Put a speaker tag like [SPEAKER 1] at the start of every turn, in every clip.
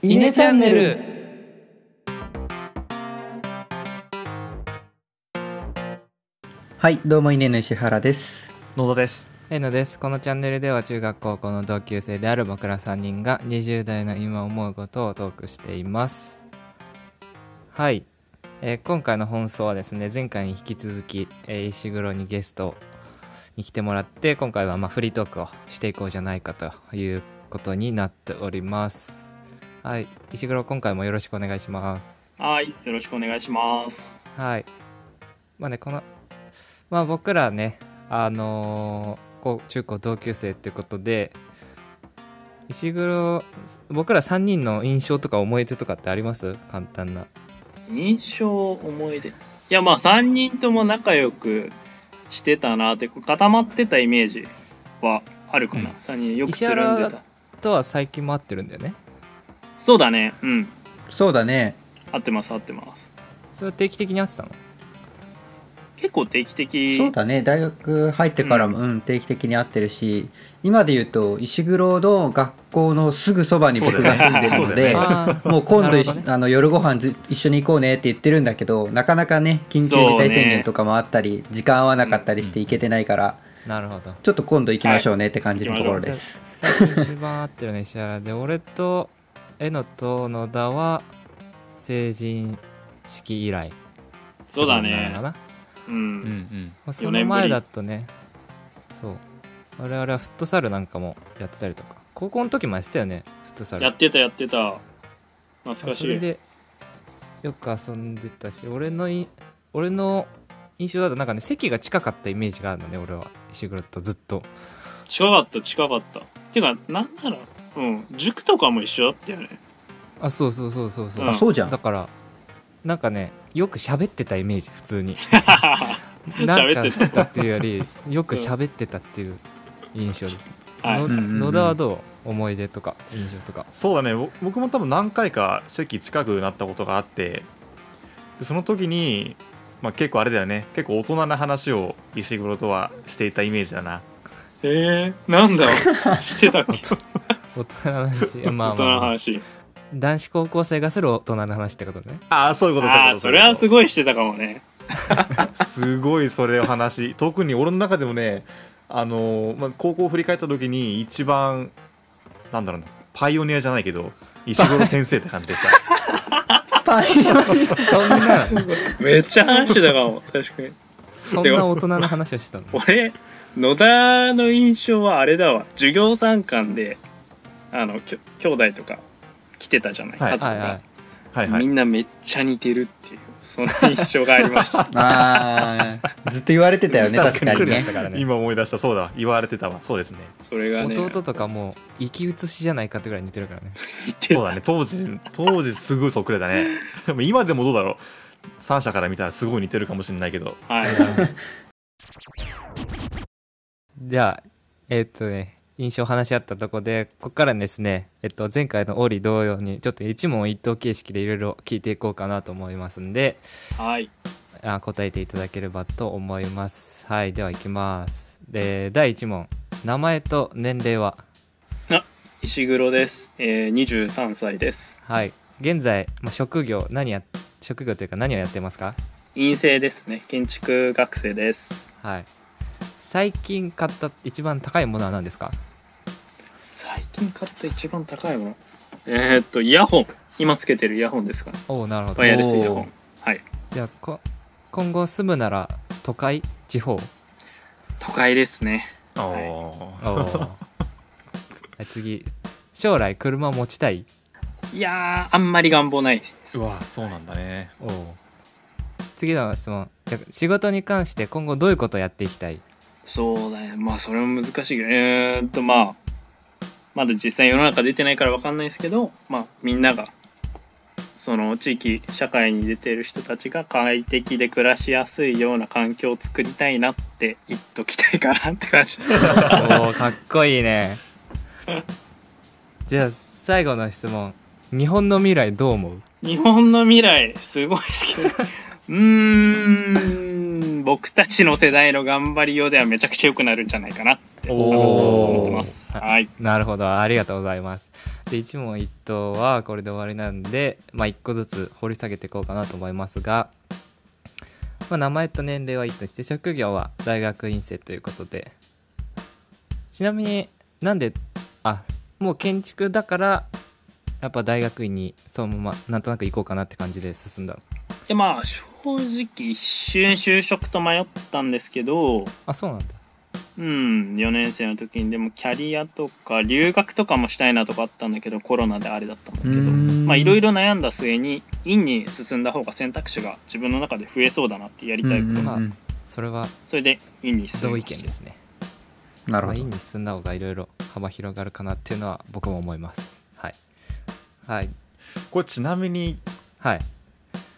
[SPEAKER 1] イネチャンネル
[SPEAKER 2] はい、どうも、イネの石原です。
[SPEAKER 3] 野田です
[SPEAKER 1] えのですこのチャンネルでは中学高校の同級生である僕ら3人が20代の今思うことをトークしていますはい、えー今回の放送はですね前回に引き続き、えー石黒にゲストに来てもらって今回はまあフリートークをしていこうじゃないかということになっておりますはい石黒今回もよろしくお願いします
[SPEAKER 4] はい、よろしくお願いします。
[SPEAKER 1] はい。まあね、この、まあ僕らね、あのーこう中高同級生ってことで、石黒、僕ら3人の印象とか思い出とかってあります簡単な。
[SPEAKER 4] 印象、思い出。いや、まあ、3人とも仲良くしてたなって、こう固まってたイメージはあるかな。
[SPEAKER 1] うん
[SPEAKER 4] 3人よくつるんで
[SPEAKER 1] 石
[SPEAKER 4] た。
[SPEAKER 1] とは最近も合ってるんだよね。
[SPEAKER 4] そうだね。うん。
[SPEAKER 2] そうだね。
[SPEAKER 4] 合ってます、合ってます。
[SPEAKER 1] それは定期的に合ってたの
[SPEAKER 4] 結構定期的。
[SPEAKER 2] そうだね。大学入ってからも、うん、定期的に会ってるし、今で言うと、石黒の学校のすぐそばに僕が住んでるので、
[SPEAKER 3] そうだよね
[SPEAKER 1] あ ー
[SPEAKER 2] もう今度、
[SPEAKER 1] なるほどね
[SPEAKER 2] あの夜ご飯ず一緒に行こうねって言ってるんだけど、なかなかね、緊急事態宣言とかもあったり、時間合わなかったりして行けてないから、
[SPEAKER 1] なるほど。
[SPEAKER 2] ちょっと今度行きましょうねって感じのところ
[SPEAKER 1] じ
[SPEAKER 2] で
[SPEAKER 1] ゃあ
[SPEAKER 2] す。
[SPEAKER 1] 最近一番合ってるのは石原で、俺とえのと野田は成人式以来。
[SPEAKER 4] そうだ
[SPEAKER 1] ってことになるのか
[SPEAKER 4] ね。
[SPEAKER 1] な
[SPEAKER 4] う
[SPEAKER 3] うん
[SPEAKER 4] ん。
[SPEAKER 1] まあ、そ
[SPEAKER 4] 四
[SPEAKER 1] の
[SPEAKER 4] 年ぶり
[SPEAKER 1] 前だとねそう我々はフットサルなんかもやってたりとか高校の時もやってたよねフットサル
[SPEAKER 4] やってた、やってた。懐かし
[SPEAKER 1] それ
[SPEAKER 4] い。
[SPEAKER 1] でよく遊んでたし俺のい俺の印象だとなんかね席が近かったイメージがあるのね俺は石黒とずっと
[SPEAKER 4] 近かった、近かった。てか、なんなら、うん。塾とかも一緒だったよ ね。
[SPEAKER 1] あそうそうそうそうそう、
[SPEAKER 4] うん
[SPEAKER 2] あ、そうじゃん。
[SPEAKER 1] だからなんかねよく喋ってたイメージ普 通になん
[SPEAKER 4] 喋っ
[SPEAKER 1] か
[SPEAKER 4] て
[SPEAKER 1] したてたっていうよ りよく喋ってたっていう印象です、
[SPEAKER 4] はい
[SPEAKER 1] の
[SPEAKER 2] うんうんうん
[SPEAKER 1] 野田はどう思い出とか印象とか
[SPEAKER 3] そうだねぼ僕も多分何回か席近くなったことがあってでその時に、まあ、結構あれだよね結構大人な話を石黒とはしていたイメージだな
[SPEAKER 4] えー、な んだしてたっけ
[SPEAKER 1] 大人の 話まあ、まあ
[SPEAKER 4] 大人の話。
[SPEAKER 1] 男子高校生がする大人の話ってことね
[SPEAKER 3] ああそういうこと
[SPEAKER 4] ああ、それはす
[SPEAKER 3] ご
[SPEAKER 4] ごいしてたかもね。
[SPEAKER 3] いすごいそれを話特に俺の中でもねあのー、まあ、高校を振り返った時に一番なんだろうなパイオニアじゃないけど石黒先生って感じでした
[SPEAKER 2] パイ
[SPEAKER 1] そんな
[SPEAKER 4] めっちゃ話してたかも確かに
[SPEAKER 1] そんな大人の話をしてたの
[SPEAKER 4] 俺野田の印象はあれだわ授業参観であのきょ兄弟とか来てたじゃない、
[SPEAKER 3] はい
[SPEAKER 4] 家族が、
[SPEAKER 1] はいはい
[SPEAKER 3] はいは
[SPEAKER 4] み
[SPEAKER 3] い
[SPEAKER 4] んなめっちゃ似てるっていうその印象がありました
[SPEAKER 2] あーずっと言われてたよね、確かに
[SPEAKER 1] 来るやっ
[SPEAKER 2] ね
[SPEAKER 1] た。からね
[SPEAKER 3] 今思い出したそうだ言われてたわそうですね
[SPEAKER 4] それがね
[SPEAKER 1] 弟とかもう生き写しじゃないかってぐらい似てるからね
[SPEAKER 4] 似て
[SPEAKER 3] そう
[SPEAKER 4] た
[SPEAKER 3] だね当時当時すごいそっくりだねでも今でもどうだろう三者から見たらすごい似てるかもしれないけど
[SPEAKER 4] はい
[SPEAKER 1] じゃあえーっとね印象を話し合ったとこでここからですね、えっと、前回のオーリー同様にちょっと一問一答形式でいろいろ聞いていこうかなと思いますんで
[SPEAKER 4] はい
[SPEAKER 1] あ答えていただければと思いますはいではいきますで第1問名前と年齢は
[SPEAKER 4] 石黒です、えー、23歳です
[SPEAKER 1] はい。現在、まあ、職業、何や、職業というか何をやってますか
[SPEAKER 4] 陰性ですね建築学生です
[SPEAKER 1] はい。最近買った一番高いものは何ですか
[SPEAKER 4] 最近買った一番高いものえー、っとイヤホン今つけてるイヤホンですかね
[SPEAKER 1] おお、なるほど
[SPEAKER 4] ワイ。ヤレスイヤホ
[SPEAKER 2] おー
[SPEAKER 4] ンはい
[SPEAKER 1] じゃあ、こ今後住むなら都会地方
[SPEAKER 4] 都会ですね
[SPEAKER 3] お
[SPEAKER 1] お ーはい次、将来車持ちたい
[SPEAKER 4] いやーあんまり願望ないです
[SPEAKER 3] うわそうなんだね
[SPEAKER 1] おー次の質問。じゃあ仕事に関して今後どういうことをやっていきたい
[SPEAKER 4] そうだねまあそれも難しいけどえー、っとまあまだ実際世の中出てないから分かんないですけどまあみんながその地域社会に出てる人たちが快適で暮らしやすいような環境を作りたいなって言っときたいかなって感じ
[SPEAKER 1] お ーかっこいいね。じゃあ、最後の質問。日本の未来どう思う
[SPEAKER 4] 日本の未来すごいですけどうーん僕たちの世代の頑張りようではめちゃくちゃ良くなるんじゃないかなって
[SPEAKER 3] お
[SPEAKER 4] 思ってます
[SPEAKER 1] おー
[SPEAKER 4] はい
[SPEAKER 1] なるほど、ありがとうございます。で一問一答はこれで終わりなんで、まあ、1個ずつ掘り下げていこうかなと思いますが、まあ、名前と年齢はいいとして職業は大学院生ということでちなみになんであもう建築だからやっぱ大学院にそのままなんとなく行こうかなって感じで進んだの
[SPEAKER 4] でまあ正直一瞬就職と迷ったんですけど
[SPEAKER 1] あそうなんだ
[SPEAKER 4] うん4年生の時にでもキャリアとか留学とかもしたいなとかあったんだけどコロナであれだったんだけどまあいろい
[SPEAKER 2] ろ
[SPEAKER 4] ろ悩んだ末に院に進んだ方が選択肢が自分の中で増えそうだなってやりたいこと、
[SPEAKER 1] がそれは
[SPEAKER 4] それで院に進
[SPEAKER 1] 同
[SPEAKER 4] み
[SPEAKER 1] 意
[SPEAKER 4] まし
[SPEAKER 1] 見
[SPEAKER 4] た
[SPEAKER 1] ですね
[SPEAKER 2] なるほ
[SPEAKER 1] まあ、
[SPEAKER 2] ど
[SPEAKER 1] 院に進んだ方がいろいろ幅広がるかなっていうのは僕も思いますはいはい
[SPEAKER 3] これちなみに
[SPEAKER 1] はい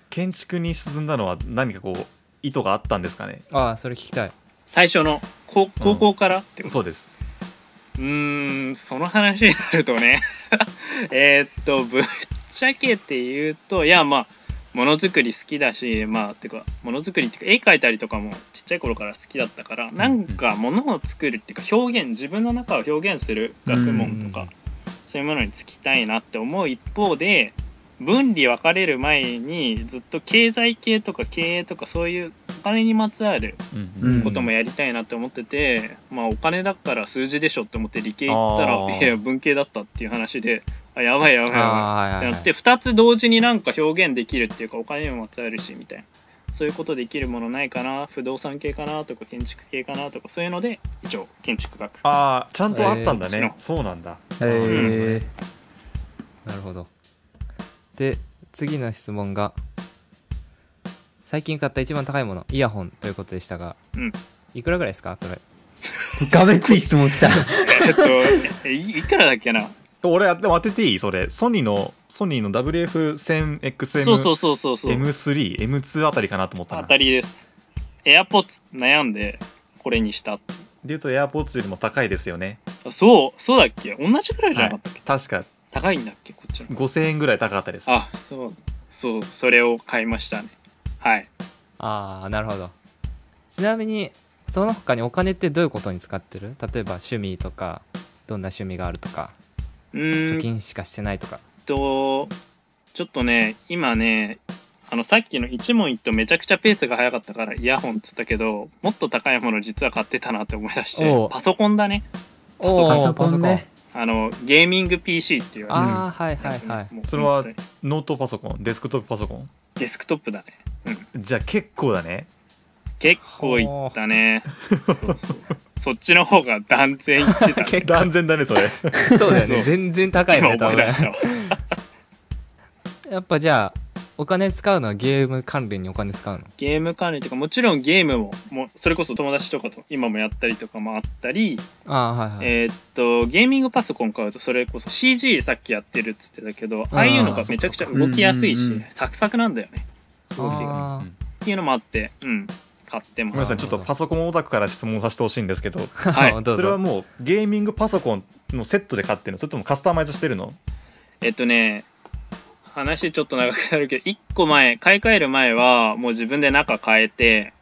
[SPEAKER 3] 建築に進んだのは何かこう意図があったんですかね
[SPEAKER 1] ああそれ聞きたい
[SPEAKER 4] 最初の高高校からってこと
[SPEAKER 3] そうです
[SPEAKER 4] うーんその話になるとね えーっとぶっちゃけて言うといやまあものづくり好きだしまあてかものづくりっていうか絵描いたりとかもちっちゃい頃から好きだったからなんかものを作るっていうか表現自分の中を表現する学問と
[SPEAKER 1] う
[SPEAKER 4] か
[SPEAKER 1] ん
[SPEAKER 4] そういうものに就きたいなって思う一方で分離分かれる前にずっと経済系とか経営とかそういうお金にまつわる
[SPEAKER 2] うん
[SPEAKER 4] こともやりたいなって思ってて、まあお金だから数字でしょって思って理系行った
[SPEAKER 3] あ
[SPEAKER 4] ら
[SPEAKER 3] ー
[SPEAKER 4] いや文系だったっていう話であやばいやばいやば
[SPEAKER 1] ああは
[SPEAKER 4] いって
[SPEAKER 1] い
[SPEAKER 4] な
[SPEAKER 1] は
[SPEAKER 4] っ
[SPEAKER 1] い
[SPEAKER 4] て2つ同時になんか表現できるっていうかお金にもまつわるしみたいなそういうことできるものないかな不動産系かなとか建築系かなとかそういうので一応建築学
[SPEAKER 3] ああちゃんとあったんだね、
[SPEAKER 4] えー
[SPEAKER 3] そうなんだ
[SPEAKER 2] え
[SPEAKER 1] なるほどで次の質問が最近買った一番高いものイヤホンということでしたが、
[SPEAKER 4] うん
[SPEAKER 1] いくらぐらいですかそれ
[SPEAKER 2] ー、がめつい質問き た
[SPEAKER 4] えっとえいいくらだっけな
[SPEAKER 3] 俺でも当てていいそれソニーのソニーの WF1000XM
[SPEAKER 4] そうそうそうそうそう
[SPEAKER 3] M3M2 あたりかなと思った
[SPEAKER 4] 当
[SPEAKER 3] な
[SPEAKER 4] た
[SPEAKER 3] で
[SPEAKER 4] りです AirPods 悩んでこれにした
[SPEAKER 3] 言うと AirPods よりも高いですよね、
[SPEAKER 4] そうそうだっけ同じくらいじゃ
[SPEAKER 3] は
[SPEAKER 4] なか
[SPEAKER 3] い
[SPEAKER 4] ったっけ、、
[SPEAKER 3] 確か
[SPEAKER 4] 高いんだっけこっちの
[SPEAKER 3] 5000円ぐらい高かったです
[SPEAKER 4] あそうそうそれを買いましたねはい
[SPEAKER 1] ああなるほどちなみにその他にお金ってどういうことに使ってる例えば趣味とかどんな趣味があるとか
[SPEAKER 4] う
[SPEAKER 1] 貯
[SPEAKER 4] ーん
[SPEAKER 1] 金しかしてないとか、
[SPEAKER 4] とちょっとね今ねあのさっきの一問一答めちゃくちゃペースが速かったからイヤホンっつったけどもっと高いもの実は買ってたなって思い出し
[SPEAKER 1] お
[SPEAKER 4] て
[SPEAKER 1] う
[SPEAKER 4] パソコンだね
[SPEAKER 1] お
[SPEAKER 2] パソコンね
[SPEAKER 4] あのゲーミング PC っていうや
[SPEAKER 1] ああはいはい
[SPEAKER 4] つね
[SPEAKER 1] はい
[SPEAKER 4] もう
[SPEAKER 3] それは
[SPEAKER 4] 本当に
[SPEAKER 3] ノートパソコンデスクトップパソコン
[SPEAKER 4] デスクトップだね
[SPEAKER 3] じゃあ結構だね
[SPEAKER 4] 結構いったねそうそうそっちの方が断然いって た、ね、
[SPEAKER 3] 断然だねそ れ
[SPEAKER 1] そうだよ
[SPEAKER 4] そ
[SPEAKER 1] ね
[SPEAKER 4] う
[SPEAKER 1] 全然高い
[SPEAKER 4] 今
[SPEAKER 1] よね多
[SPEAKER 4] 思い
[SPEAKER 1] 分
[SPEAKER 4] 出したわ
[SPEAKER 1] やっぱじゃあお金使うのはゲーム関連にお金使うの
[SPEAKER 4] ゲーム管理とかもちろんゲームももうそれこそ友達とかと今もやったりとかもあったり、
[SPEAKER 1] ああはいはい、
[SPEAKER 4] えーっとゲーミングパソコン買うとそれこそ CG さっきやってるっつってたけどああいうのがめちゃくちゃ動きやすいし
[SPEAKER 2] そっか
[SPEAKER 4] サクサクなんだよね動き
[SPEAKER 1] あ
[SPEAKER 4] が
[SPEAKER 1] ー
[SPEAKER 3] うん
[SPEAKER 4] っていうのもあってうん買って
[SPEAKER 3] ごめんな
[SPEAKER 4] ま
[SPEAKER 3] さいちょっとパソコンオタクから質問させてほしいんですけど
[SPEAKER 4] すはい
[SPEAKER 1] あどうぞ
[SPEAKER 3] それはもうゲーミングパソコンのセットで買ってるのそれともカスタマイズしてるの
[SPEAKER 4] えっとね話ちょっと長くなるけど1個前買い替える前はもう自分で中変えて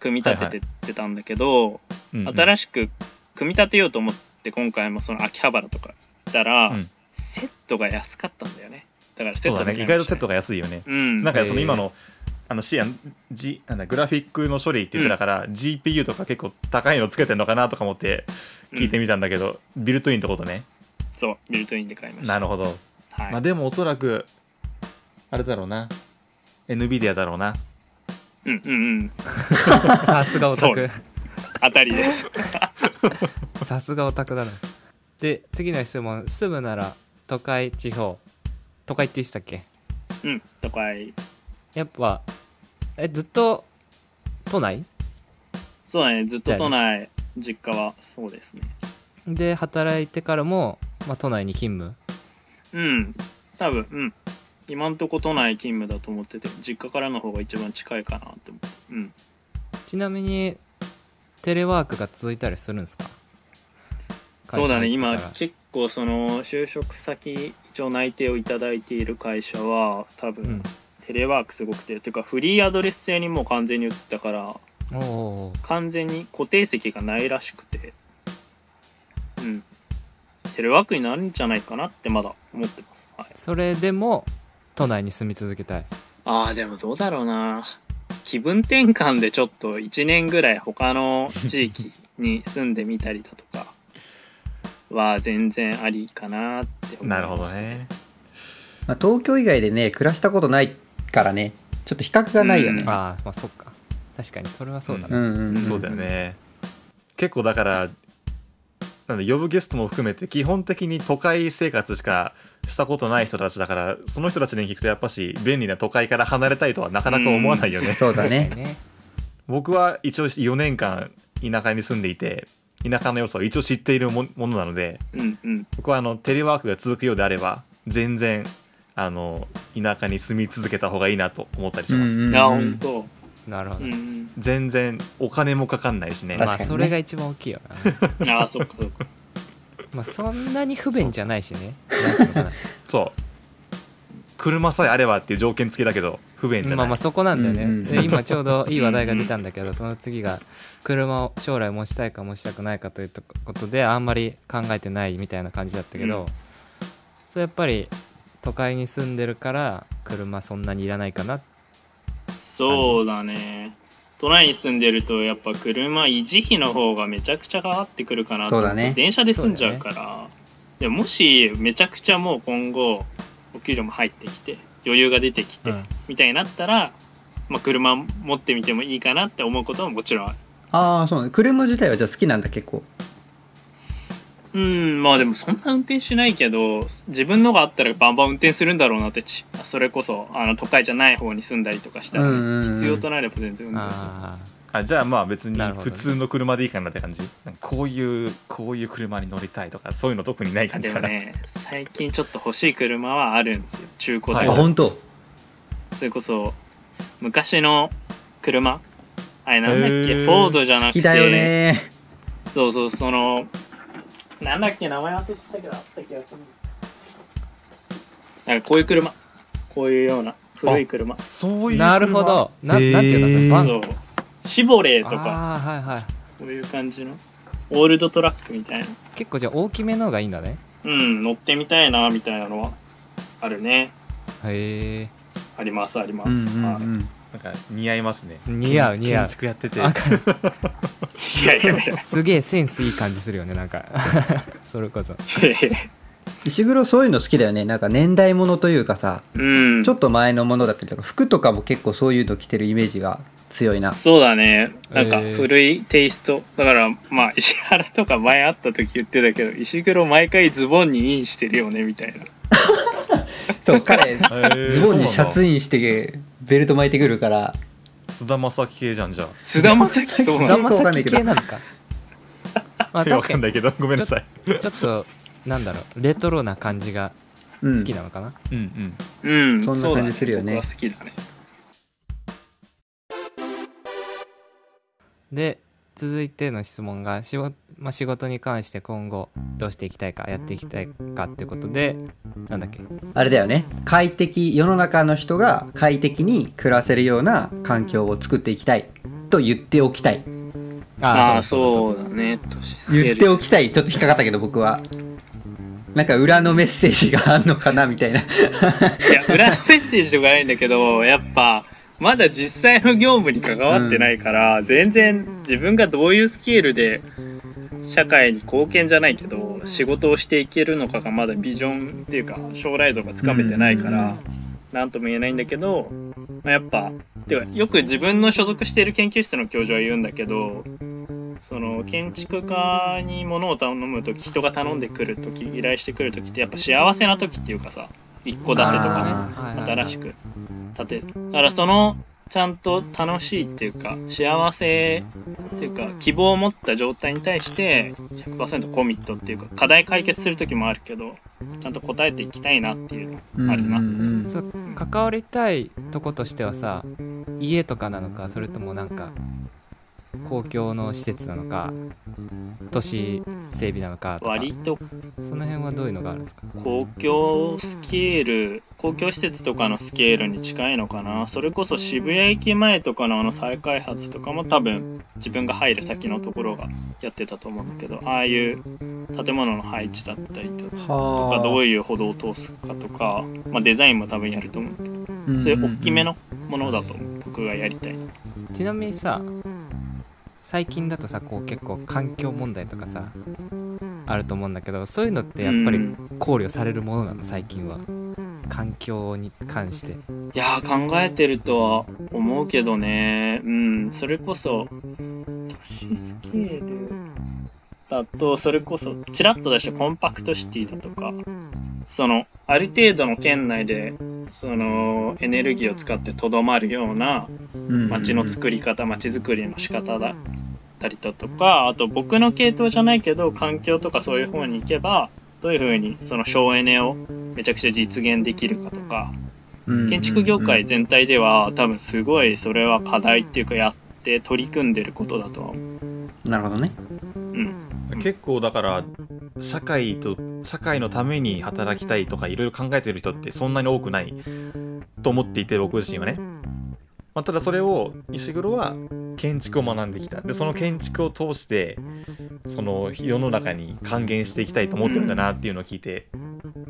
[SPEAKER 4] 組み立ててってたんだけど、
[SPEAKER 3] い
[SPEAKER 4] 新しく組み立てようと思って今回もその秋葉原とか行ったら、
[SPEAKER 3] うん
[SPEAKER 4] セットが安かったんだよねだからセッ
[SPEAKER 3] そう
[SPEAKER 4] ト
[SPEAKER 3] だね
[SPEAKER 4] に
[SPEAKER 3] 意
[SPEAKER 4] 買
[SPEAKER 3] 外
[SPEAKER 4] いま
[SPEAKER 3] と
[SPEAKER 4] し
[SPEAKER 3] セ
[SPEAKER 4] た
[SPEAKER 3] ットが安いよね
[SPEAKER 4] うん
[SPEAKER 3] なんかその
[SPEAKER 1] へー
[SPEAKER 3] 今のあのシアン、G、なんだグラフィックの処理って言ってたから、GPU とか結構高いのつけてるのかなとか思って聞いて
[SPEAKER 4] み、
[SPEAKER 3] みたんだけど、ビルトインってことね
[SPEAKER 4] うんそうビルトインで買いました
[SPEAKER 3] なるほど、
[SPEAKER 4] はい
[SPEAKER 3] まあでもおそらくあれだろうな NVIDIA だろうな
[SPEAKER 4] うんうんうん
[SPEAKER 1] さすがオタ
[SPEAKER 4] そう
[SPEAKER 1] ク
[SPEAKER 4] ね当たりです
[SPEAKER 1] さすがオタクだなで次の質問住むなら都会地方都会って言ってたっけ
[SPEAKER 4] うん都会
[SPEAKER 1] やっぱえずっと都内
[SPEAKER 4] そうだねずっと都内実家はそうですね
[SPEAKER 1] で働いてからも、まあ、都内に勤務
[SPEAKER 4] うん多分うん今んとこ都内勤務だと思ってて実家からの方が一番近いかなって思ってうん
[SPEAKER 1] ちなみにテレワークが続いたりするんですか
[SPEAKER 4] そうだ
[SPEAKER 1] 会社
[SPEAKER 4] ね
[SPEAKER 1] 入
[SPEAKER 4] 今
[SPEAKER 1] ってから
[SPEAKER 4] 結構その就職先一応内定をいただいている会社は多分テレワークすごくて、ていうかフリーアドレス制にもう完全に移ったから
[SPEAKER 1] うん、おーおー
[SPEAKER 4] 完全に固定席がないらしくてうんテレワークになるんじゃないかなってまだ思ってます。はい、
[SPEAKER 1] それでも都内に住み続けたい
[SPEAKER 4] ああ、でもどうだろうな。気分転換でちょっと1年ぐらい他の地域に住んでみたりだとかは全然ありかなって思います。
[SPEAKER 3] なるほど。ね
[SPEAKER 2] まあ、東京以外でね暮らしたことないからねちょっと比較がないよね、
[SPEAKER 4] うん
[SPEAKER 1] ああまあそっか確かにそれはそうだね、
[SPEAKER 2] うんうんん
[SPEAKER 3] そうだよね結構だからなんだ呼ぶゲストも含めて基本的に都会生活しかしたことない人たちだからその人たちに聞くとやっぱし便利な都会から離れたいとはなかなか思わないよね、
[SPEAKER 2] そうだ
[SPEAKER 1] 確か
[SPEAKER 2] ね
[SPEAKER 1] にね
[SPEAKER 3] 僕は一応4年間田舎に住んでいて田舎の良さを一応知っているもものなので
[SPEAKER 4] うんうん。
[SPEAKER 3] 僕はあのテレワークが続くようであれば全然あの田舎に住み続けた方がいいなと思ったりします、
[SPEAKER 2] うんうん
[SPEAKER 4] ああ、本当。
[SPEAKER 1] なるほ
[SPEAKER 4] う
[SPEAKER 1] ど、
[SPEAKER 4] んうん。
[SPEAKER 3] 全然お金もかかんないしね
[SPEAKER 1] ま
[SPEAKER 2] 確
[SPEAKER 1] あ
[SPEAKER 2] かにね
[SPEAKER 1] それが一番大きいよな
[SPEAKER 4] ああ、そっかそっか。
[SPEAKER 1] まあそんなに不便じゃないしねなんていうのかな
[SPEAKER 3] そう車さえあればっていう条件付きだけど不便じゃない、
[SPEAKER 1] まあまあそこなんだよね、
[SPEAKER 2] うんうん
[SPEAKER 1] で今ちょうどいい話題が出たんだけどその次が車を将来持ちたいか持ちたくないかというとことであんまり考えてないみたいな感じだったけど、
[SPEAKER 4] うん
[SPEAKER 1] それやっぱり都会に住んでるから車そんなにいらないかな
[SPEAKER 4] そうだね。都内に住んでるとやっぱ車維持費の方がめちゃくちゃかかってくるかなと思って
[SPEAKER 2] そうだね
[SPEAKER 4] 電車で住んじゃうからでもしめちゃくちゃもう今後お給料も入ってきて余裕が出てきて、
[SPEAKER 1] うん
[SPEAKER 4] みたいになったら、まあ、車持ってみてもいいかなって思うことはもちろんある
[SPEAKER 2] ああそうね車自体はじゃあ好きなんだ結構
[SPEAKER 4] うんまあでもそんな運転しないけど自分のがあったらバンバン運転するんだろうなってちそれこそあの都会じゃない方に住んだりとかしたらね、
[SPEAKER 2] うんうんうん
[SPEAKER 4] 必要となれば全然運転する
[SPEAKER 1] あー
[SPEAKER 3] あじゃあまあ別に
[SPEAKER 1] なるほど
[SPEAKER 3] 普
[SPEAKER 1] ね
[SPEAKER 3] 通の車でいいかなって感じなんかこういうこういう車に乗りたいとかそういうの特にない感じ
[SPEAKER 4] で
[SPEAKER 3] か
[SPEAKER 4] も
[SPEAKER 3] な、
[SPEAKER 4] ね最近ちょっと欲しい車はあるんですよ中古
[SPEAKER 2] あ
[SPEAKER 4] で、
[SPEAKER 3] はい
[SPEAKER 2] 本当
[SPEAKER 4] それこそ昔の車あれなんだっけ、
[SPEAKER 3] へー
[SPEAKER 4] フォードじゃな
[SPEAKER 2] 好
[SPEAKER 4] くて
[SPEAKER 2] きだよね
[SPEAKER 4] そうそうそのなんだっけ名前忘れてたけどあった気がするなんかこういう車こういうような古い車
[SPEAKER 3] そういう車
[SPEAKER 1] なるほどななんていうんだ
[SPEAKER 3] あ
[SPEAKER 1] っ
[SPEAKER 3] へ
[SPEAKER 1] た
[SPEAKER 4] そうシボレーとか
[SPEAKER 1] ああはいはい
[SPEAKER 4] こういう感じのオールドトラックみたいな
[SPEAKER 1] 結構じゃあ大きめの方がいいんだね
[SPEAKER 4] うん乗ってみたいなみたいなのはあるね
[SPEAKER 1] へ
[SPEAKER 4] ありますありま
[SPEAKER 2] うんう
[SPEAKER 4] す、はい
[SPEAKER 2] ん
[SPEAKER 3] なんか似合いますね
[SPEAKER 1] え似合う似合
[SPEAKER 3] 建
[SPEAKER 1] う
[SPEAKER 3] 築やってて
[SPEAKER 1] わかる
[SPEAKER 4] いやいやいや
[SPEAKER 1] すげえセンスいい感じするよねなんか それこそ
[SPEAKER 2] 石黒そういうの好きだよねなんか年代物というかさ
[SPEAKER 4] うん
[SPEAKER 2] ちょっと前のものだったりとか服とかも結構そういうの着てるイメージが強いな
[SPEAKER 4] そうだねなんか
[SPEAKER 1] えー
[SPEAKER 4] 古いテイスト、だからまあ石原とか前会った時言ってたけど石黒毎回ズボンにインしてるよねみたいな
[SPEAKER 2] そう彼ズ
[SPEAKER 3] ズ
[SPEAKER 2] ボンにシャツインしてベルト巻いてくるから
[SPEAKER 3] 須田将暉系じゃんじゃ
[SPEAKER 4] 菅田将暉そ
[SPEAKER 2] 菅
[SPEAKER 4] う な
[SPEAKER 2] 田
[SPEAKER 4] の
[SPEAKER 2] よくわかんないけど
[SPEAKER 1] 系なのかま
[SPEAKER 3] あ
[SPEAKER 1] あ
[SPEAKER 3] わ
[SPEAKER 1] 確か
[SPEAKER 3] かんな
[SPEAKER 1] に
[SPEAKER 3] いけどごめんなさい
[SPEAKER 1] ちょっとなんだろうレトロな感じが
[SPEAKER 2] うん
[SPEAKER 1] 好きなのかな、
[SPEAKER 3] うんうん
[SPEAKER 4] うん
[SPEAKER 2] そんな
[SPEAKER 4] うだ
[SPEAKER 2] 感じするよね
[SPEAKER 4] 僕は好きだね
[SPEAKER 1] で続いての質問が仕事,、まあ、仕事に関して今後どうしていきたいかやっていきたいかってことでなんだっけ
[SPEAKER 2] あれだよね快適世の中の人が快適に暮らせるような環境を作っていきたいと言っておきたい
[SPEAKER 4] ああ
[SPEAKER 1] そうだ
[SPEAKER 4] そうだね年スケ
[SPEAKER 2] 言って
[SPEAKER 4] ール
[SPEAKER 2] おきたいちょっと引っかかったけど僕はなんか裏のメッセージがあんのかなみたいな
[SPEAKER 4] いや裏のメッセージとかないんだけどやっぱまだ実際の業務に関わってないから、全然自分がどういうスケールで社会に貢献じゃないけど仕事をしていけるのかがまだビジョンっていうか将来像がつかめてないから何とも言えないんだけど、まあ、やっぱてかよく自分の所属している研究室の教授は言うんだけどその建築家に物を頼む時人が頼んでくる時依頼してくる時ってやっぱ幸せな時っていうかさ一戸建てとかね
[SPEAKER 2] あ
[SPEAKER 1] はいはいはい
[SPEAKER 4] 新しく建てるだからそのちゃんと楽しいっていうか幸せっていうか希望を持った状態に対して100%コミットっていうか課題解決する時もあるけどちゃんと答えていきたいなっていう
[SPEAKER 2] うん
[SPEAKER 4] あるな
[SPEAKER 2] うんうん
[SPEAKER 1] そう関わりたいとことしてはさ家とかなのかそれともなんか公共の施設なのか都市整備なのかとか
[SPEAKER 4] 割と
[SPEAKER 1] その辺はどういうのがあるんですか
[SPEAKER 4] 公共スケール公共施設とかのスケールに近いのかなそれこそ渋谷駅前とかのあの再開発とかも多分自分が入る先のところがやってたと思うんだけどああいう建物の配置だったりとか
[SPEAKER 2] はあ
[SPEAKER 4] どういう歩道を通すかとか、まあ、デザインも多分やると思うんだけど
[SPEAKER 2] うん
[SPEAKER 4] そういう大きめのものだと僕がやりたい
[SPEAKER 1] ちなみにさ最近だとさこう結構環境問題とかさあると思うんだけどそういうのってやっぱ
[SPEAKER 4] う
[SPEAKER 1] り
[SPEAKER 4] ん
[SPEAKER 1] 考慮されるものなの最近は環境に関して
[SPEAKER 4] いやー考えてるとは思うけどねうんそれこそ都市スケールだとそれこそちらっと出したコンパクトシティだとかそのある程度の県内でそのエネルギーを使ってとどまるような街の作り方街づくりの仕方だったりだとかあと僕の系統じゃないけど環境とかそういう方に行けばどういうふうにその省エネをめちゃくちゃ実現できるかとか建築業界全体では多分すごいそれは課題っていうかやって取り組んでることだとは思う。
[SPEAKER 2] なるほどね
[SPEAKER 4] うん、
[SPEAKER 3] 結構だから社会と社会のために働きたいとかいろいろ考えてる人ってそんなに多くないと思っていて僕自身はね、まあ、ただそれを石黒は建築を学んできたでその建築を通してその世の中に還元していきたいと思ってるんだなっていうのを聞いて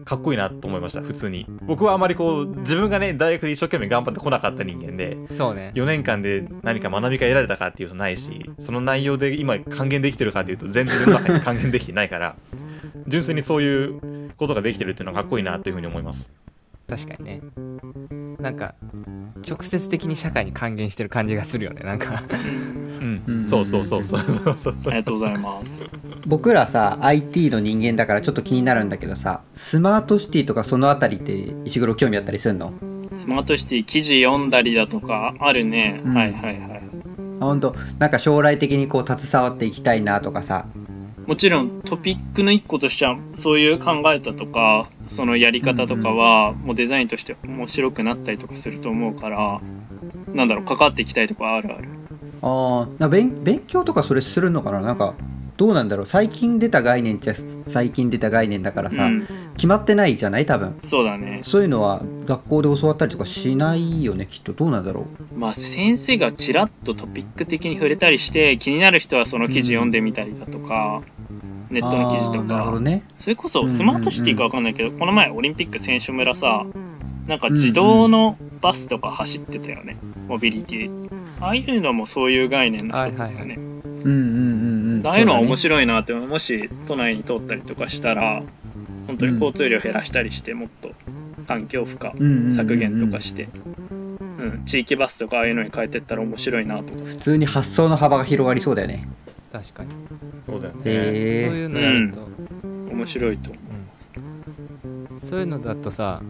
[SPEAKER 3] かっこいいなと思いました普通に僕はあまりこう自分がね大学で一生懸命頑張ってこなかった人間で
[SPEAKER 1] そうね
[SPEAKER 3] 4年間で何か学びが得られたかっていうとないしその内容で今還元できてるかっていうと全然世の中に還元できてないから純粋にそういうことができてるっていうのはかっこいいなというふうに思います
[SPEAKER 1] 確かにねなんか直接的に社会に還元してる感じがするよねなん か
[SPEAKER 3] うん、
[SPEAKER 2] うん
[SPEAKER 3] そうそうそうそうそうそう
[SPEAKER 4] ありがとうございます。
[SPEAKER 2] 僕らさ IT の人間だからちょっと気になるんだけどさスマートシティとかそのあたりって石黒興味あったりするの
[SPEAKER 4] スマートシティ記事読んだりだとかあるね、
[SPEAKER 2] うん
[SPEAKER 4] はいはいはい
[SPEAKER 2] あ本当なんか将来的にこう携わっていきたいなとかさ
[SPEAKER 4] もちろんトピックの一個としてはそういう考えたとかそのやり方とかはもうデザインとして面白くなったりとかすると思うからなんだろう関わっていきたいとこあるある
[SPEAKER 2] あーな勉勉強とかそれするのかななんかどうなんだろう最近出た概念っちゃ最近出た概念だからさ、
[SPEAKER 4] うん、
[SPEAKER 2] 決まってないじゃない多分
[SPEAKER 4] そうだね
[SPEAKER 2] そういうのは学校で教わったりとかしないよねきっとどうなんだろ
[SPEAKER 4] まあ先生がちらっとトピック的に触れたりして気になる人はその記事読んでみたりだとか
[SPEAKER 2] う
[SPEAKER 4] ネットの記事と
[SPEAKER 2] あーなるほど
[SPEAKER 4] か
[SPEAKER 2] ね
[SPEAKER 4] それこ
[SPEAKER 2] うん
[SPEAKER 4] そ
[SPEAKER 2] うんうん
[SPEAKER 4] スマートシティかわかんないけどこの前オリンピック選手村さなんか自動のバスとか走ってたよねモビリティああいうのもそういう概念の一つだよね、
[SPEAKER 1] はいはい
[SPEAKER 2] うんうんうんうん
[SPEAKER 4] ああいうのは面
[SPEAKER 2] い
[SPEAKER 4] 白いなって思うもし都内に通ったりとかしたら本当に交通量減らしたりしてもっと環境負荷削減とかして、うん、地域バスとかああいうのに変えてったら面白いなとか
[SPEAKER 2] 普通に発想の幅が広がりそうだよね
[SPEAKER 1] 確かに
[SPEAKER 3] そうだよね
[SPEAKER 1] そう
[SPEAKER 2] へー
[SPEAKER 1] いうのやると、
[SPEAKER 4] 面白いと思
[SPEAKER 1] そういうのだとさ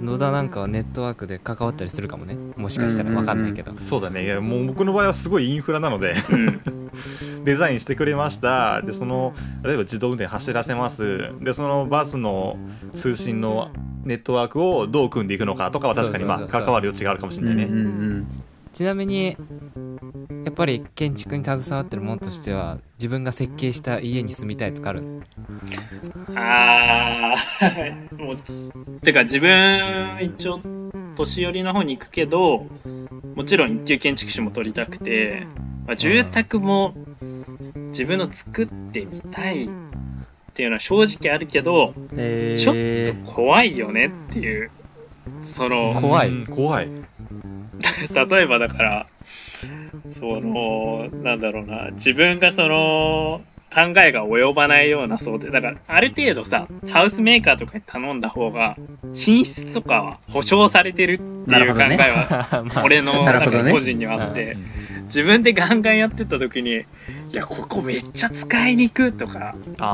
[SPEAKER 1] 野田なんかはネットワークで関わったりするかもねもしかしたら分かんないけど、
[SPEAKER 3] そうだねいやもう僕の場合はすごいインフラなので
[SPEAKER 4] う、うん、
[SPEAKER 3] デザインしてくれましたでその例えば自動運転走らせますでそのバスの通信のネットワークをどう組んでいくのかとかは確かにま
[SPEAKER 1] そ
[SPEAKER 3] あ
[SPEAKER 1] うそうそうそう
[SPEAKER 3] 関わる余地があるかもしれ
[SPEAKER 2] う
[SPEAKER 3] なんいうね、
[SPEAKER 2] ん
[SPEAKER 1] ちなみにやっぱり建築に携わってるものとしては自分が設計した家に住みたいとかある
[SPEAKER 4] ああ もうつてか自分一応年寄りの方に行くけどもちろん一級建築士も取りたくて、まあ、住宅も自分の作ってみたいっていうのは正直あるけど
[SPEAKER 2] うんえ
[SPEAKER 4] ちょっ
[SPEAKER 2] ー、
[SPEAKER 4] 怖いよねっていうその
[SPEAKER 1] こ怖い
[SPEAKER 3] うん怖い
[SPEAKER 4] 例えばだからそのなんだろうな自分がその考えが及ばないような想定だからある程度さハウスメーカーとかに頼んだ方が品質とかは保証されてるって
[SPEAKER 2] なる
[SPEAKER 4] いう
[SPEAKER 2] ほ
[SPEAKER 4] 考
[SPEAKER 2] ど
[SPEAKER 4] え
[SPEAKER 2] ね
[SPEAKER 4] は、俺の
[SPEAKER 2] なるほどね
[SPEAKER 4] 個人にはあって、
[SPEAKER 3] うん
[SPEAKER 4] 自分でガンガンやってった時にいやここめっちゃ使いにくとか
[SPEAKER 3] あ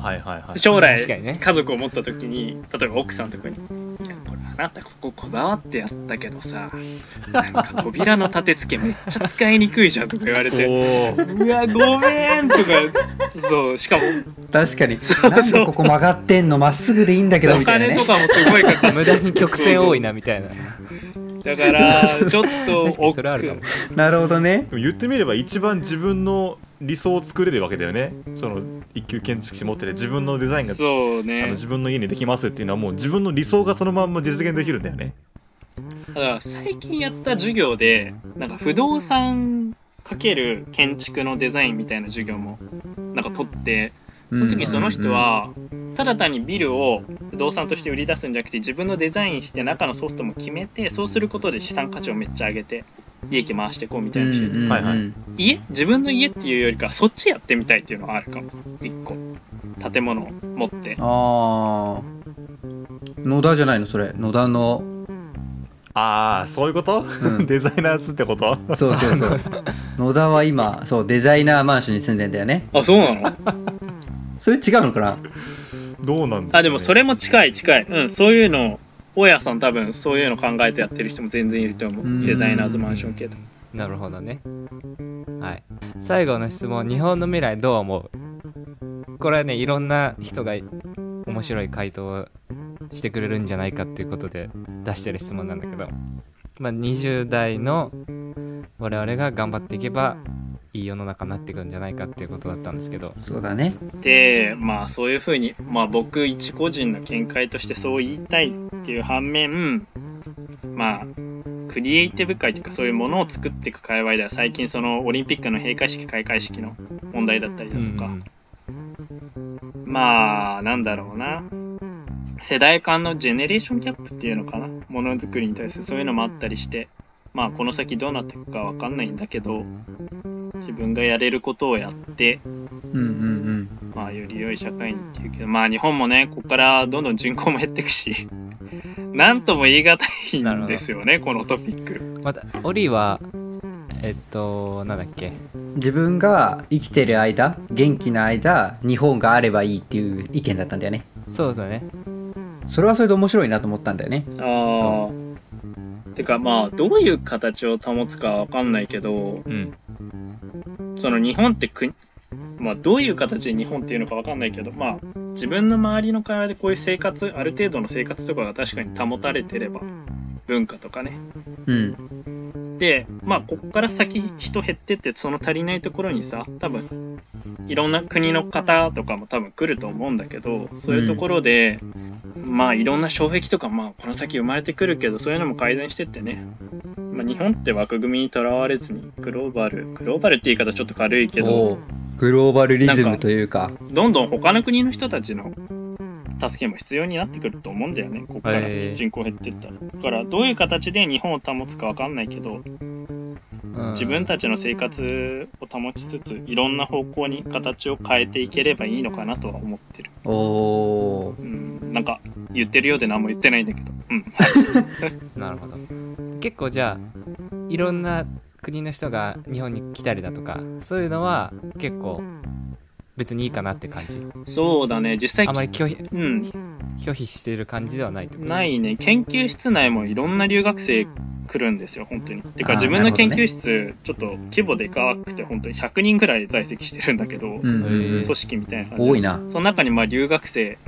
[SPEAKER 3] あはいはいはい
[SPEAKER 4] 将来
[SPEAKER 1] 確かにね
[SPEAKER 4] 家族を持った時に例えば奥さんとかに「いやこれあなたこここだわってやったけどさなんか扉の立て付けめっちゃ使いにくいじゃん」とか言われて「
[SPEAKER 3] お
[SPEAKER 4] うわごめん」とかそうしかも
[SPEAKER 2] 確かに
[SPEAKER 4] そう
[SPEAKER 2] なんでここ曲がってんのまっすぐでいいんだけど
[SPEAKER 4] お
[SPEAKER 2] みたいな
[SPEAKER 4] 金
[SPEAKER 2] ね
[SPEAKER 4] とかもすごいかか
[SPEAKER 1] 無駄に曲線多いなみたいな
[SPEAKER 4] るだからちょっと
[SPEAKER 1] 確かに
[SPEAKER 4] 奥
[SPEAKER 1] それはあるかも
[SPEAKER 2] なるほどね
[SPEAKER 3] でも言ってみれば一番自分の理想を作れるわけだよねその一級建築士持ってて自分のデザインが、
[SPEAKER 4] そう
[SPEAKER 3] あの
[SPEAKER 4] ね
[SPEAKER 3] 自分の家にできますっていうのはもう自分の理想がそのまんま実現できるんだよね
[SPEAKER 4] ただ最近やった授業でなんか不動産×建築のデザインみたいな授業もなんか取ってその時その人はただ単にビルを不動産として売り出すんじゃなくて自分のデザインして中のソフトも決めてそうすることで資産価値をめっちゃ上げて利益回していこうみたいな教えて
[SPEAKER 3] はいはい
[SPEAKER 2] い
[SPEAKER 4] 家自分の家っていうよりかそっちやってみたいっていうのはあるかも1個建物を持って
[SPEAKER 2] あー野田じゃないのそれ野田の
[SPEAKER 3] ああそういうこと、
[SPEAKER 2] うん
[SPEAKER 3] デザイナーズってこと
[SPEAKER 2] そうそうそう野田は今そうデザイナーマンションに住んでんだよね
[SPEAKER 4] あそうなの
[SPEAKER 2] それ違うのかな
[SPEAKER 3] どうなんですか、ね、
[SPEAKER 4] あでもそれも近い近いうんそういうの大家さん多分そういうの考えてやってる人も全然いると思
[SPEAKER 2] うん
[SPEAKER 4] うデザイナーズマンション系とか
[SPEAKER 1] なるほどね。はい。最後の質問、日本の未来どう思うこれはね、いろんな人が面白い回答をしてくれるんじゃないかっていうことで出してる質問なんだけど、まあ、20代の我々が頑張っていけばいい世の中になっていくんじゃないかっていうことだったんですけど、
[SPEAKER 2] そうだね
[SPEAKER 4] でまあそういうふうにまあ僕一個人の見解としてそう言いたいっていう反面まあクリエイティブ界というかそういうものを作っていく界隈では最近そのオリンピックの閉会式開会式の問題だったりだとか、
[SPEAKER 1] うん
[SPEAKER 4] まあなんだろうな世代間のジェネレーションギャップっていうのかなものづくりに対するそういうのもあったりしてまあこの先どうなっていくかわかんないんだけど自分がやれることをやって
[SPEAKER 2] うんうん
[SPEAKER 4] まあより良い社会にっていうけどまあ日本もねここからどんどん人口も減っていくしなんとも言い難いんですよねこのトピック
[SPEAKER 1] また、オリは、えっと、なんだっけ
[SPEAKER 2] うん自分が生きてる間元気な間日本があればいいっていう意見だったんだよね
[SPEAKER 1] そうだね。
[SPEAKER 2] それはそれで面白いなと思ったんだよね
[SPEAKER 4] ああてかまあどういう形を保つかわかんないけど
[SPEAKER 3] うん
[SPEAKER 4] その日本って国、まあ、どういう形で日本っていうのかわかんないけど、まあ、自分の周りの会話でこういう生活ある程度の生活とかが確かに保たれてれば文化とかね
[SPEAKER 2] うん
[SPEAKER 4] でまあここから先人減ってってその足りないところにさ多分いろんな国の方とかも多分来ると思うんだけどそういうところで、まあいろんな障壁とかまあこの先生まれてくるけどそういうのも改善してってね、まあ、日本って枠組みにとらわれずにグローバルグローバルって言い方ちょっと軽いけど
[SPEAKER 2] おうグローバルリズ
[SPEAKER 4] なん
[SPEAKER 2] ム
[SPEAKER 4] か
[SPEAKER 2] というか
[SPEAKER 4] どんどん他の国の人たちの助けも必要になってくると思うんだよね、ここから
[SPEAKER 1] はい
[SPEAKER 4] 人口減ってったら。だから、どういう形で日本を保つか分かんないけど、
[SPEAKER 1] うん
[SPEAKER 4] 自分たちの生活を保ちつつ、いろんな方向に形を変えていければいいのかなとは思ってる。
[SPEAKER 2] おー
[SPEAKER 4] うん、なんか、言ってるようで何も言ってないんだけど、うん、
[SPEAKER 1] なるほど結構じゃあいろんな国の人が日本に来たりだとかそういうのは結構別にいいかなって感じ
[SPEAKER 4] そうだね、実際、
[SPEAKER 1] あまり拒否
[SPEAKER 4] うん、
[SPEAKER 1] 拒否してる感じではないってこと
[SPEAKER 4] ないね研究室内もいろんな留学生来るんですよ本当にてか
[SPEAKER 2] あー
[SPEAKER 4] 自分の
[SPEAKER 2] なる
[SPEAKER 4] 研
[SPEAKER 2] ほどね
[SPEAKER 4] 究室、ちょっと規模でかくて本当に100人ぐらい在籍してるんだけど、
[SPEAKER 2] うんうん
[SPEAKER 1] へ
[SPEAKER 2] うん
[SPEAKER 4] 組織みたいな感じで
[SPEAKER 2] 多いな
[SPEAKER 4] その中にまあ留学生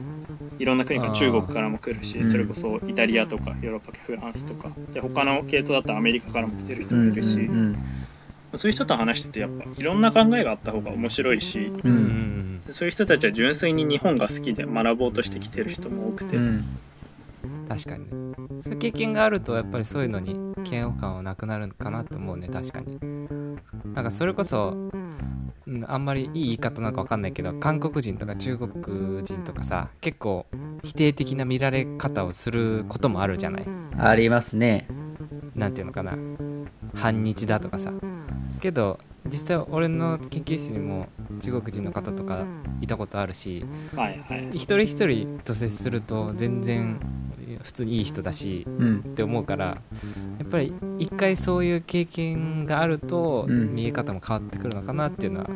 [SPEAKER 4] いろんな国から
[SPEAKER 1] あー
[SPEAKER 4] 中国からも来るし
[SPEAKER 2] うん
[SPEAKER 4] それこそイタリアとかヨーロッパ系フランスとかで他の系統だったらアメリカからも来てる人
[SPEAKER 2] うん
[SPEAKER 4] も
[SPEAKER 2] う
[SPEAKER 4] いるし、
[SPEAKER 2] ん
[SPEAKER 4] そういう人と話しててやっぱいろんな考えがあった方が面白いし
[SPEAKER 2] う
[SPEAKER 1] うんん
[SPEAKER 4] そういう人たちは純粋に日本が好きで学ぼうとしてきてる人も多くて、
[SPEAKER 2] うん
[SPEAKER 1] 確かにねそういう経験があるとやっぱりそういうのに嫌悪感はなくなるかなと思うね確かになんかそれこそ、うん、あんまりいい言い方なんかわかんないけど韓国人とか中国人とかさ結構否定的な見られ方をすることもあるじゃない
[SPEAKER 2] ありますね
[SPEAKER 1] なんていうのかな反日だとかさけど実際俺の研究室にも中国人の方とかいたことあるし
[SPEAKER 4] はいはい
[SPEAKER 1] 一人一人と接すると全然普通にいい人だし
[SPEAKER 2] うん
[SPEAKER 1] って思うからやっぱり一回そういう経験があると
[SPEAKER 2] うん
[SPEAKER 1] 見え方も変わってくるのかなっていうのは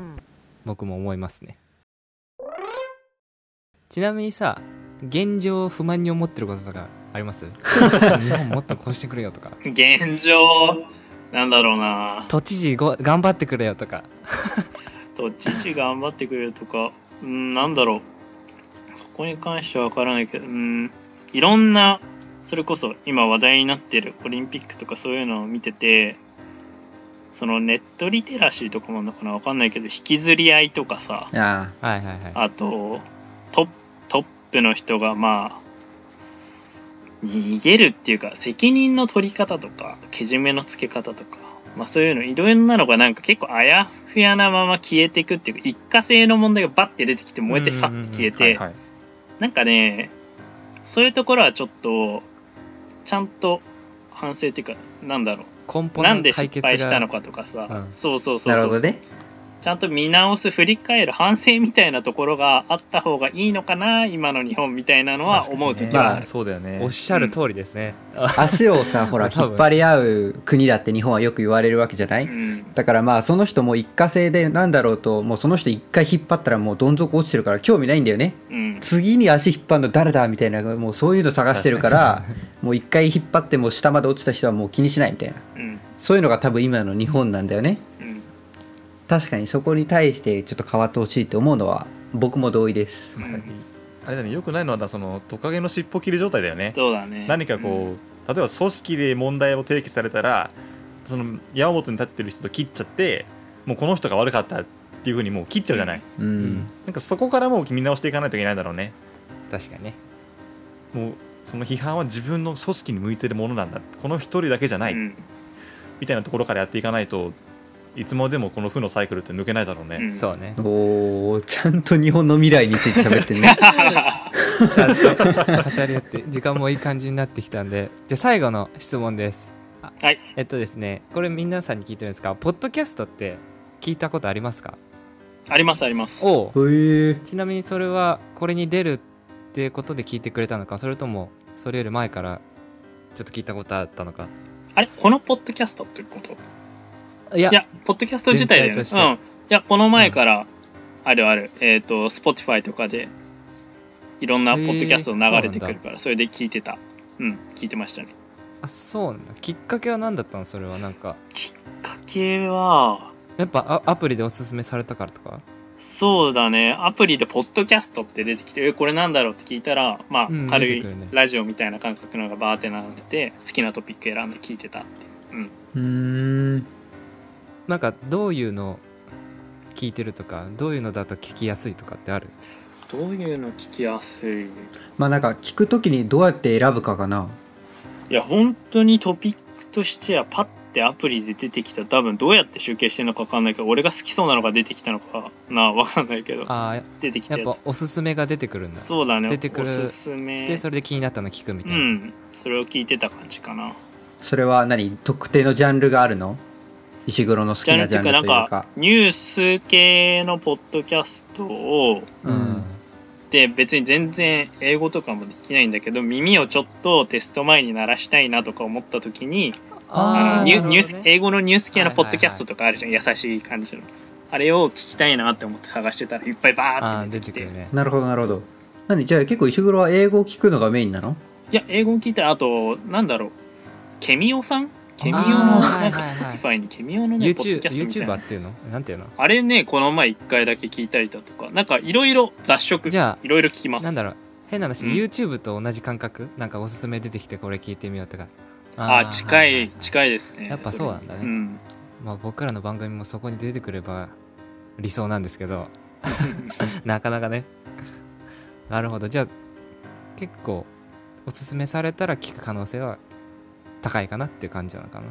[SPEAKER 1] 僕も思いますねちなみにさ現状不満に思ってることとかあります 日本もっとこうしてくれよとか
[SPEAKER 4] 現状なんだろうな
[SPEAKER 1] 都知事ご頑張ってくれよとか
[SPEAKER 4] と父頑張ってくれるとかうんなんだろうそこに関しては分からないけどうんいろんなそれこそ今話題になってるオリンピックとかそういうのを見ててそのネットリテラシーとかもあるのかなわかんないけど引きずり合いとかさ
[SPEAKER 2] あ
[SPEAKER 1] はいはいはい
[SPEAKER 4] あとトップトップの人がまあ逃げるっていうか責任の取り方とかけじめのつけ方とか、まあ、そういうのいろいろなのがなんか結構あやふやなまま消えていくっていうか一過性の問題がバッて出てきて燃えてファッて消え
[SPEAKER 3] はい
[SPEAKER 4] て
[SPEAKER 3] はい
[SPEAKER 4] なんかねそういうところはちょっとちゃんと反省っていうかなんだろ
[SPEAKER 1] 根
[SPEAKER 4] う
[SPEAKER 1] 本
[SPEAKER 4] なんで
[SPEAKER 1] の
[SPEAKER 4] 失
[SPEAKER 1] 解決
[SPEAKER 4] 敗したの
[SPEAKER 1] が
[SPEAKER 4] かとかさ、
[SPEAKER 1] うん
[SPEAKER 4] そうそう
[SPEAKER 2] あ
[SPEAKER 4] そ
[SPEAKER 2] な
[SPEAKER 4] う
[SPEAKER 2] る
[SPEAKER 4] そ
[SPEAKER 2] ほ
[SPEAKER 4] う
[SPEAKER 2] どね
[SPEAKER 4] ちゃんと見直す振り返る反省みたいなところがあった方がいいのかな今の日本みたいなのは思う
[SPEAKER 1] 確かに
[SPEAKER 4] 時
[SPEAKER 1] ね
[SPEAKER 4] はあ
[SPEAKER 2] ま
[SPEAKER 4] る、
[SPEAKER 3] そうだよね
[SPEAKER 1] おっしゃる通りですね、あ
[SPEAKER 2] 足をさほら
[SPEAKER 1] 多分
[SPEAKER 2] 引っ張り合う国だって日本はよく言われるわけじゃない、
[SPEAKER 4] うん
[SPEAKER 2] だからまあその人も一過性でなんだろうともうその人一回引っ張ったらもうどん底落ちてるから興味ないんだよね
[SPEAKER 4] うん
[SPEAKER 2] 次に足引っ張るの誰だみたいなもうそういうの探してるから もう一回引っ張っても下まで落ちた人はもう気にしないみたいな
[SPEAKER 4] うん
[SPEAKER 2] そういうのが多分今の日本なんだよね
[SPEAKER 4] うん
[SPEAKER 2] 確かにそこに対してちょっと変わってほしいと思うのは僕も同意です
[SPEAKER 4] うん
[SPEAKER 3] あれだねよくないのはだそのトカゲの尻尾切り状態だよね
[SPEAKER 4] そうだね
[SPEAKER 3] 何かこう、例えば組織で問題を提起されたらその矢面に立ってる人と切っちゃってもうこの人が悪かったっていうふうにもう切っちゃうじゃない、
[SPEAKER 2] うん、
[SPEAKER 1] うん
[SPEAKER 3] なんかそこからもう見直していかないといけないだろうね
[SPEAKER 1] 確かにね
[SPEAKER 3] もうその批判は自分の組織に向いてるものなんだこの一人だけじゃない、
[SPEAKER 4] うん
[SPEAKER 3] みたいなところからやっていかないといつまでもこの負のサイクルって抜けないだろう
[SPEAKER 4] う
[SPEAKER 3] ね、
[SPEAKER 4] ん
[SPEAKER 1] そうね
[SPEAKER 2] おーちゃんと日本の未来について喋ってる ね
[SPEAKER 1] ちゃんと語り合って時間もいい感じになってきたんでじゃあ最後の質問ですあ
[SPEAKER 4] はい
[SPEAKER 1] えっとですねこれ皆さんに聞いてるんですがポッドキャストって聞いたことありますか
[SPEAKER 4] ありますあります
[SPEAKER 1] おう
[SPEAKER 2] へー
[SPEAKER 1] ちなみにそれはこれに出るっていうことで聞いてくれたのかそれともそれより前からちょっと聞いたことあったのか
[SPEAKER 4] あれこのポッドキャストってこと
[SPEAKER 1] いや
[SPEAKER 4] いやポッドキャスト自体だよ
[SPEAKER 1] 全
[SPEAKER 4] ね
[SPEAKER 1] 体として
[SPEAKER 4] うんいやこの前からあるある、えっ、と Spotify とかでいろんなポッドキャスト流れてくるから、それで聞いてたうん聞いてましたね
[SPEAKER 1] あそうなんだきっかけは何だったのそれはなんか
[SPEAKER 4] 家計は
[SPEAKER 1] やっぱあアプリでおすすめされたからとか
[SPEAKER 4] そうだねアプリで「ポッドキャスト」って出てきて「えこれなんだろう?」って聞いたらまあ、
[SPEAKER 1] うん
[SPEAKER 4] 軽
[SPEAKER 1] 出て
[SPEAKER 4] い
[SPEAKER 1] くるね
[SPEAKER 4] ラジオみたいな感覚のがバーって並んでて好きなトピック選んで聞いてたっていう、うん、
[SPEAKER 2] うーん
[SPEAKER 1] なんかどういうの聞いてるとかどういうのだと聞きやすいとかってある
[SPEAKER 4] どういうの聞きやすい
[SPEAKER 2] まあなんか聞くときにどうやって選ぶかかない
[SPEAKER 4] や本当にトピックとしてはパッてアプリで出てきた多分どうやって集計してるのか分かんないけど俺が好きそうなのが出てきたのかな分かんないけど
[SPEAKER 1] あ
[SPEAKER 4] 出てき
[SPEAKER 1] ー
[SPEAKER 4] た
[SPEAKER 1] やっ
[SPEAKER 4] や
[SPEAKER 1] ぱ
[SPEAKER 4] つ
[SPEAKER 1] おすすめが出てくるんだ
[SPEAKER 4] そうだね
[SPEAKER 1] 出てくる
[SPEAKER 4] おすすめ
[SPEAKER 1] でそれで気になったの聞くみたいうな、
[SPEAKER 4] んそれを聞いてた感じかな
[SPEAKER 2] それは何特定のジャンルがあるの石黒の好
[SPEAKER 4] ジ
[SPEAKER 2] き
[SPEAKER 4] ャンル
[SPEAKER 2] な
[SPEAKER 4] って
[SPEAKER 2] ジ
[SPEAKER 4] い
[SPEAKER 2] ャ
[SPEAKER 4] う
[SPEAKER 2] ンル
[SPEAKER 4] か
[SPEAKER 2] と
[SPEAKER 4] ないん
[SPEAKER 2] う
[SPEAKER 4] か
[SPEAKER 2] か
[SPEAKER 4] ニュース系のポッドキャストを
[SPEAKER 2] うん
[SPEAKER 4] で別に全然英語とかもできないんだけど耳をちょっとテスト前に鳴らしたいなとか思った時にあ
[SPEAKER 1] あー
[SPEAKER 4] のニュ
[SPEAKER 1] なるほどね
[SPEAKER 4] ニュース英語のニュース系の
[SPEAKER 1] はいは
[SPEAKER 4] ポ
[SPEAKER 1] いは
[SPEAKER 4] ッ
[SPEAKER 1] い
[SPEAKER 4] ドキャストとかあるじゃん、優しい感じのあれを聞きたいなって思って探してたらいっぱいバー
[SPEAKER 1] あ
[SPEAKER 4] っ
[SPEAKER 1] ー出
[SPEAKER 4] て
[SPEAKER 1] て
[SPEAKER 4] 出てき
[SPEAKER 1] く
[SPEAKER 4] て
[SPEAKER 1] るね
[SPEAKER 2] なるほどなるほど何じゃあ結構石黒は英語を聞くのがメインなの
[SPEAKER 4] いや英語を聞いたらあとなんだろうケミオさんケミオの
[SPEAKER 1] あー
[SPEAKER 4] なんか
[SPEAKER 1] はいはいはい
[SPEAKER 4] Spotify にケミオのねポッ
[SPEAKER 1] YouTube
[SPEAKER 4] ドキャストみたい
[SPEAKER 1] YouTuber
[SPEAKER 4] な
[SPEAKER 1] っていうのなんていうの
[SPEAKER 4] あれねこの前1回だけ聞いたりだとかなんかいろいろ雑食い
[SPEAKER 1] じゃあ
[SPEAKER 4] ろいろ聞きます
[SPEAKER 1] なんだろう変な話、
[SPEAKER 4] うん
[SPEAKER 1] YouTube と同じ感覚なんかおすすめ出てきてこれ聞いてみようとか
[SPEAKER 4] あー近
[SPEAKER 1] はいはいは
[SPEAKER 4] 近いですね
[SPEAKER 1] やっぱそうなんだね
[SPEAKER 4] れうん
[SPEAKER 1] まあ、僕らの番組もそこに出てくれば理想なんですけ どなかなかねなるほどじゃあ結構おすすめされたら聞く可能性は高いかなっていう感じなのかな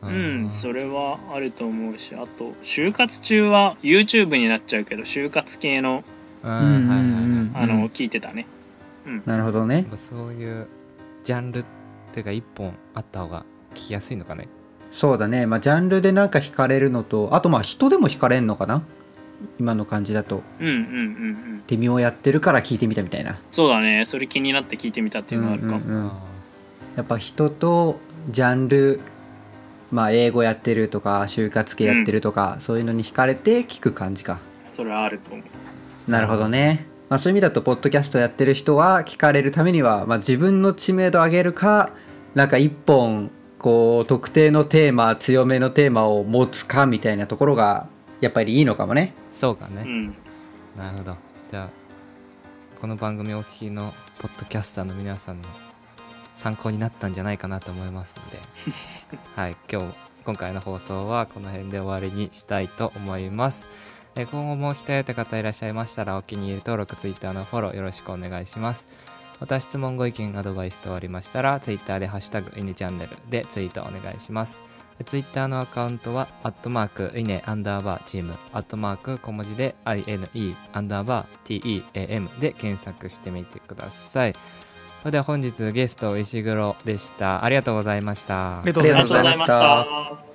[SPEAKER 4] うん、それはあると思うしあと就活中は YouTube になっちゃうけど就活系の
[SPEAKER 1] うん
[SPEAKER 2] うんうん
[SPEAKER 1] はいはいはい
[SPEAKER 2] うん
[SPEAKER 4] あの、聞いてたね
[SPEAKER 2] なるほどね
[SPEAKER 1] やっぱそういうジャンルっていうか一本あった方が聞きやすいのかね
[SPEAKER 2] そうだねまあジャンルでなんか惹かれるのとあとまあ人でも惹かれるのかな今の感じだと
[SPEAKER 4] うんうんうんうん
[SPEAKER 2] 手ミをやってるから聞いてみたみたいな
[SPEAKER 4] そうだねそれ気になって聞いてみたっていうのはあるかも、
[SPEAKER 2] うんうんうんやっぱ人とジャンルまあ英語やってるとか就活系やってるとか、そういうのに惹かれて聞く感じか
[SPEAKER 4] それはあると思う
[SPEAKER 2] なるほどね、まあ、そういう意味だとポッドキャストやってる人は聞かれるためには、まあ、自分の知名度を上げるかなんか一本こう特定のテーマ強めのテーマを持つかみたいなところがやっぱりいいのかもね
[SPEAKER 1] そうか
[SPEAKER 4] う
[SPEAKER 1] ね、
[SPEAKER 4] ん
[SPEAKER 1] なるほどじゃあこの番組をお聞きのポッドキャスターの皆さんの参考になったんじゃないかなと思いますので、はい、今日今回の放送はこの辺で終わりにしたいと思います。えー今後も来たよという方いらっしゃいましたらお気に入り登録 Twitter のフォローよろしくお願いします。また質問ご意見アドバイス等ありましたら Twitter で「ハッシュタグイネチャンネル」でツイートお願いします。Twitter のアカウントは、アットマーク、イネ、アンダーバー、チーム、アットマーク、小文字で、ine、アンダーバー、team で検索してみてください。それでは本日ゲスト、石黒でした。ありがとうございました。
[SPEAKER 3] りが
[SPEAKER 2] とうございました
[SPEAKER 4] ありがとうございました。